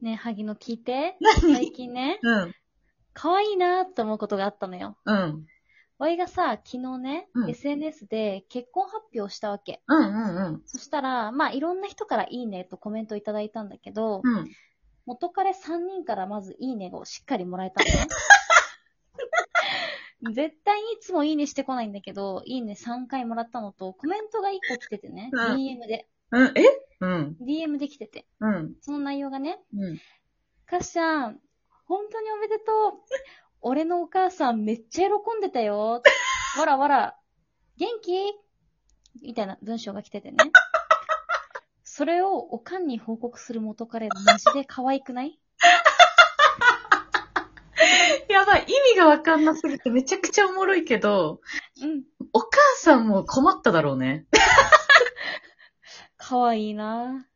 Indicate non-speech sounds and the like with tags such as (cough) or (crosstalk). ねえ、萩野聞いて。何最近ね、うん、可愛いなーって思うことがあったのよ。うん、わいがさ、昨日ね、うん SNS で結婚発表したわけ。うん、うん、そしたら、まあ、いろんな人からいいねとコメントいただいたんだけど、うん。うん。元彼3人からまずいいねをしっかりもらえた (laughs) のね。絶対にいつもいいねしてこないんだけど、いいね3回もらったのと、コメントが1個来ててね、うん DM で、うん、えうん、 DM で来てて、うん、その内容がね、うん。かっしゃん、本当におめでとう。俺のお母さんめっちゃ喜んでたよ。わらわら、元気みたいな文章が来ててね。それをおかんに報告する元彼、マジで可愛くないやばい、意味がわかんなすぎてめちゃくちゃおもろいけど、うん。お母さんも困っただろうね。可愛いな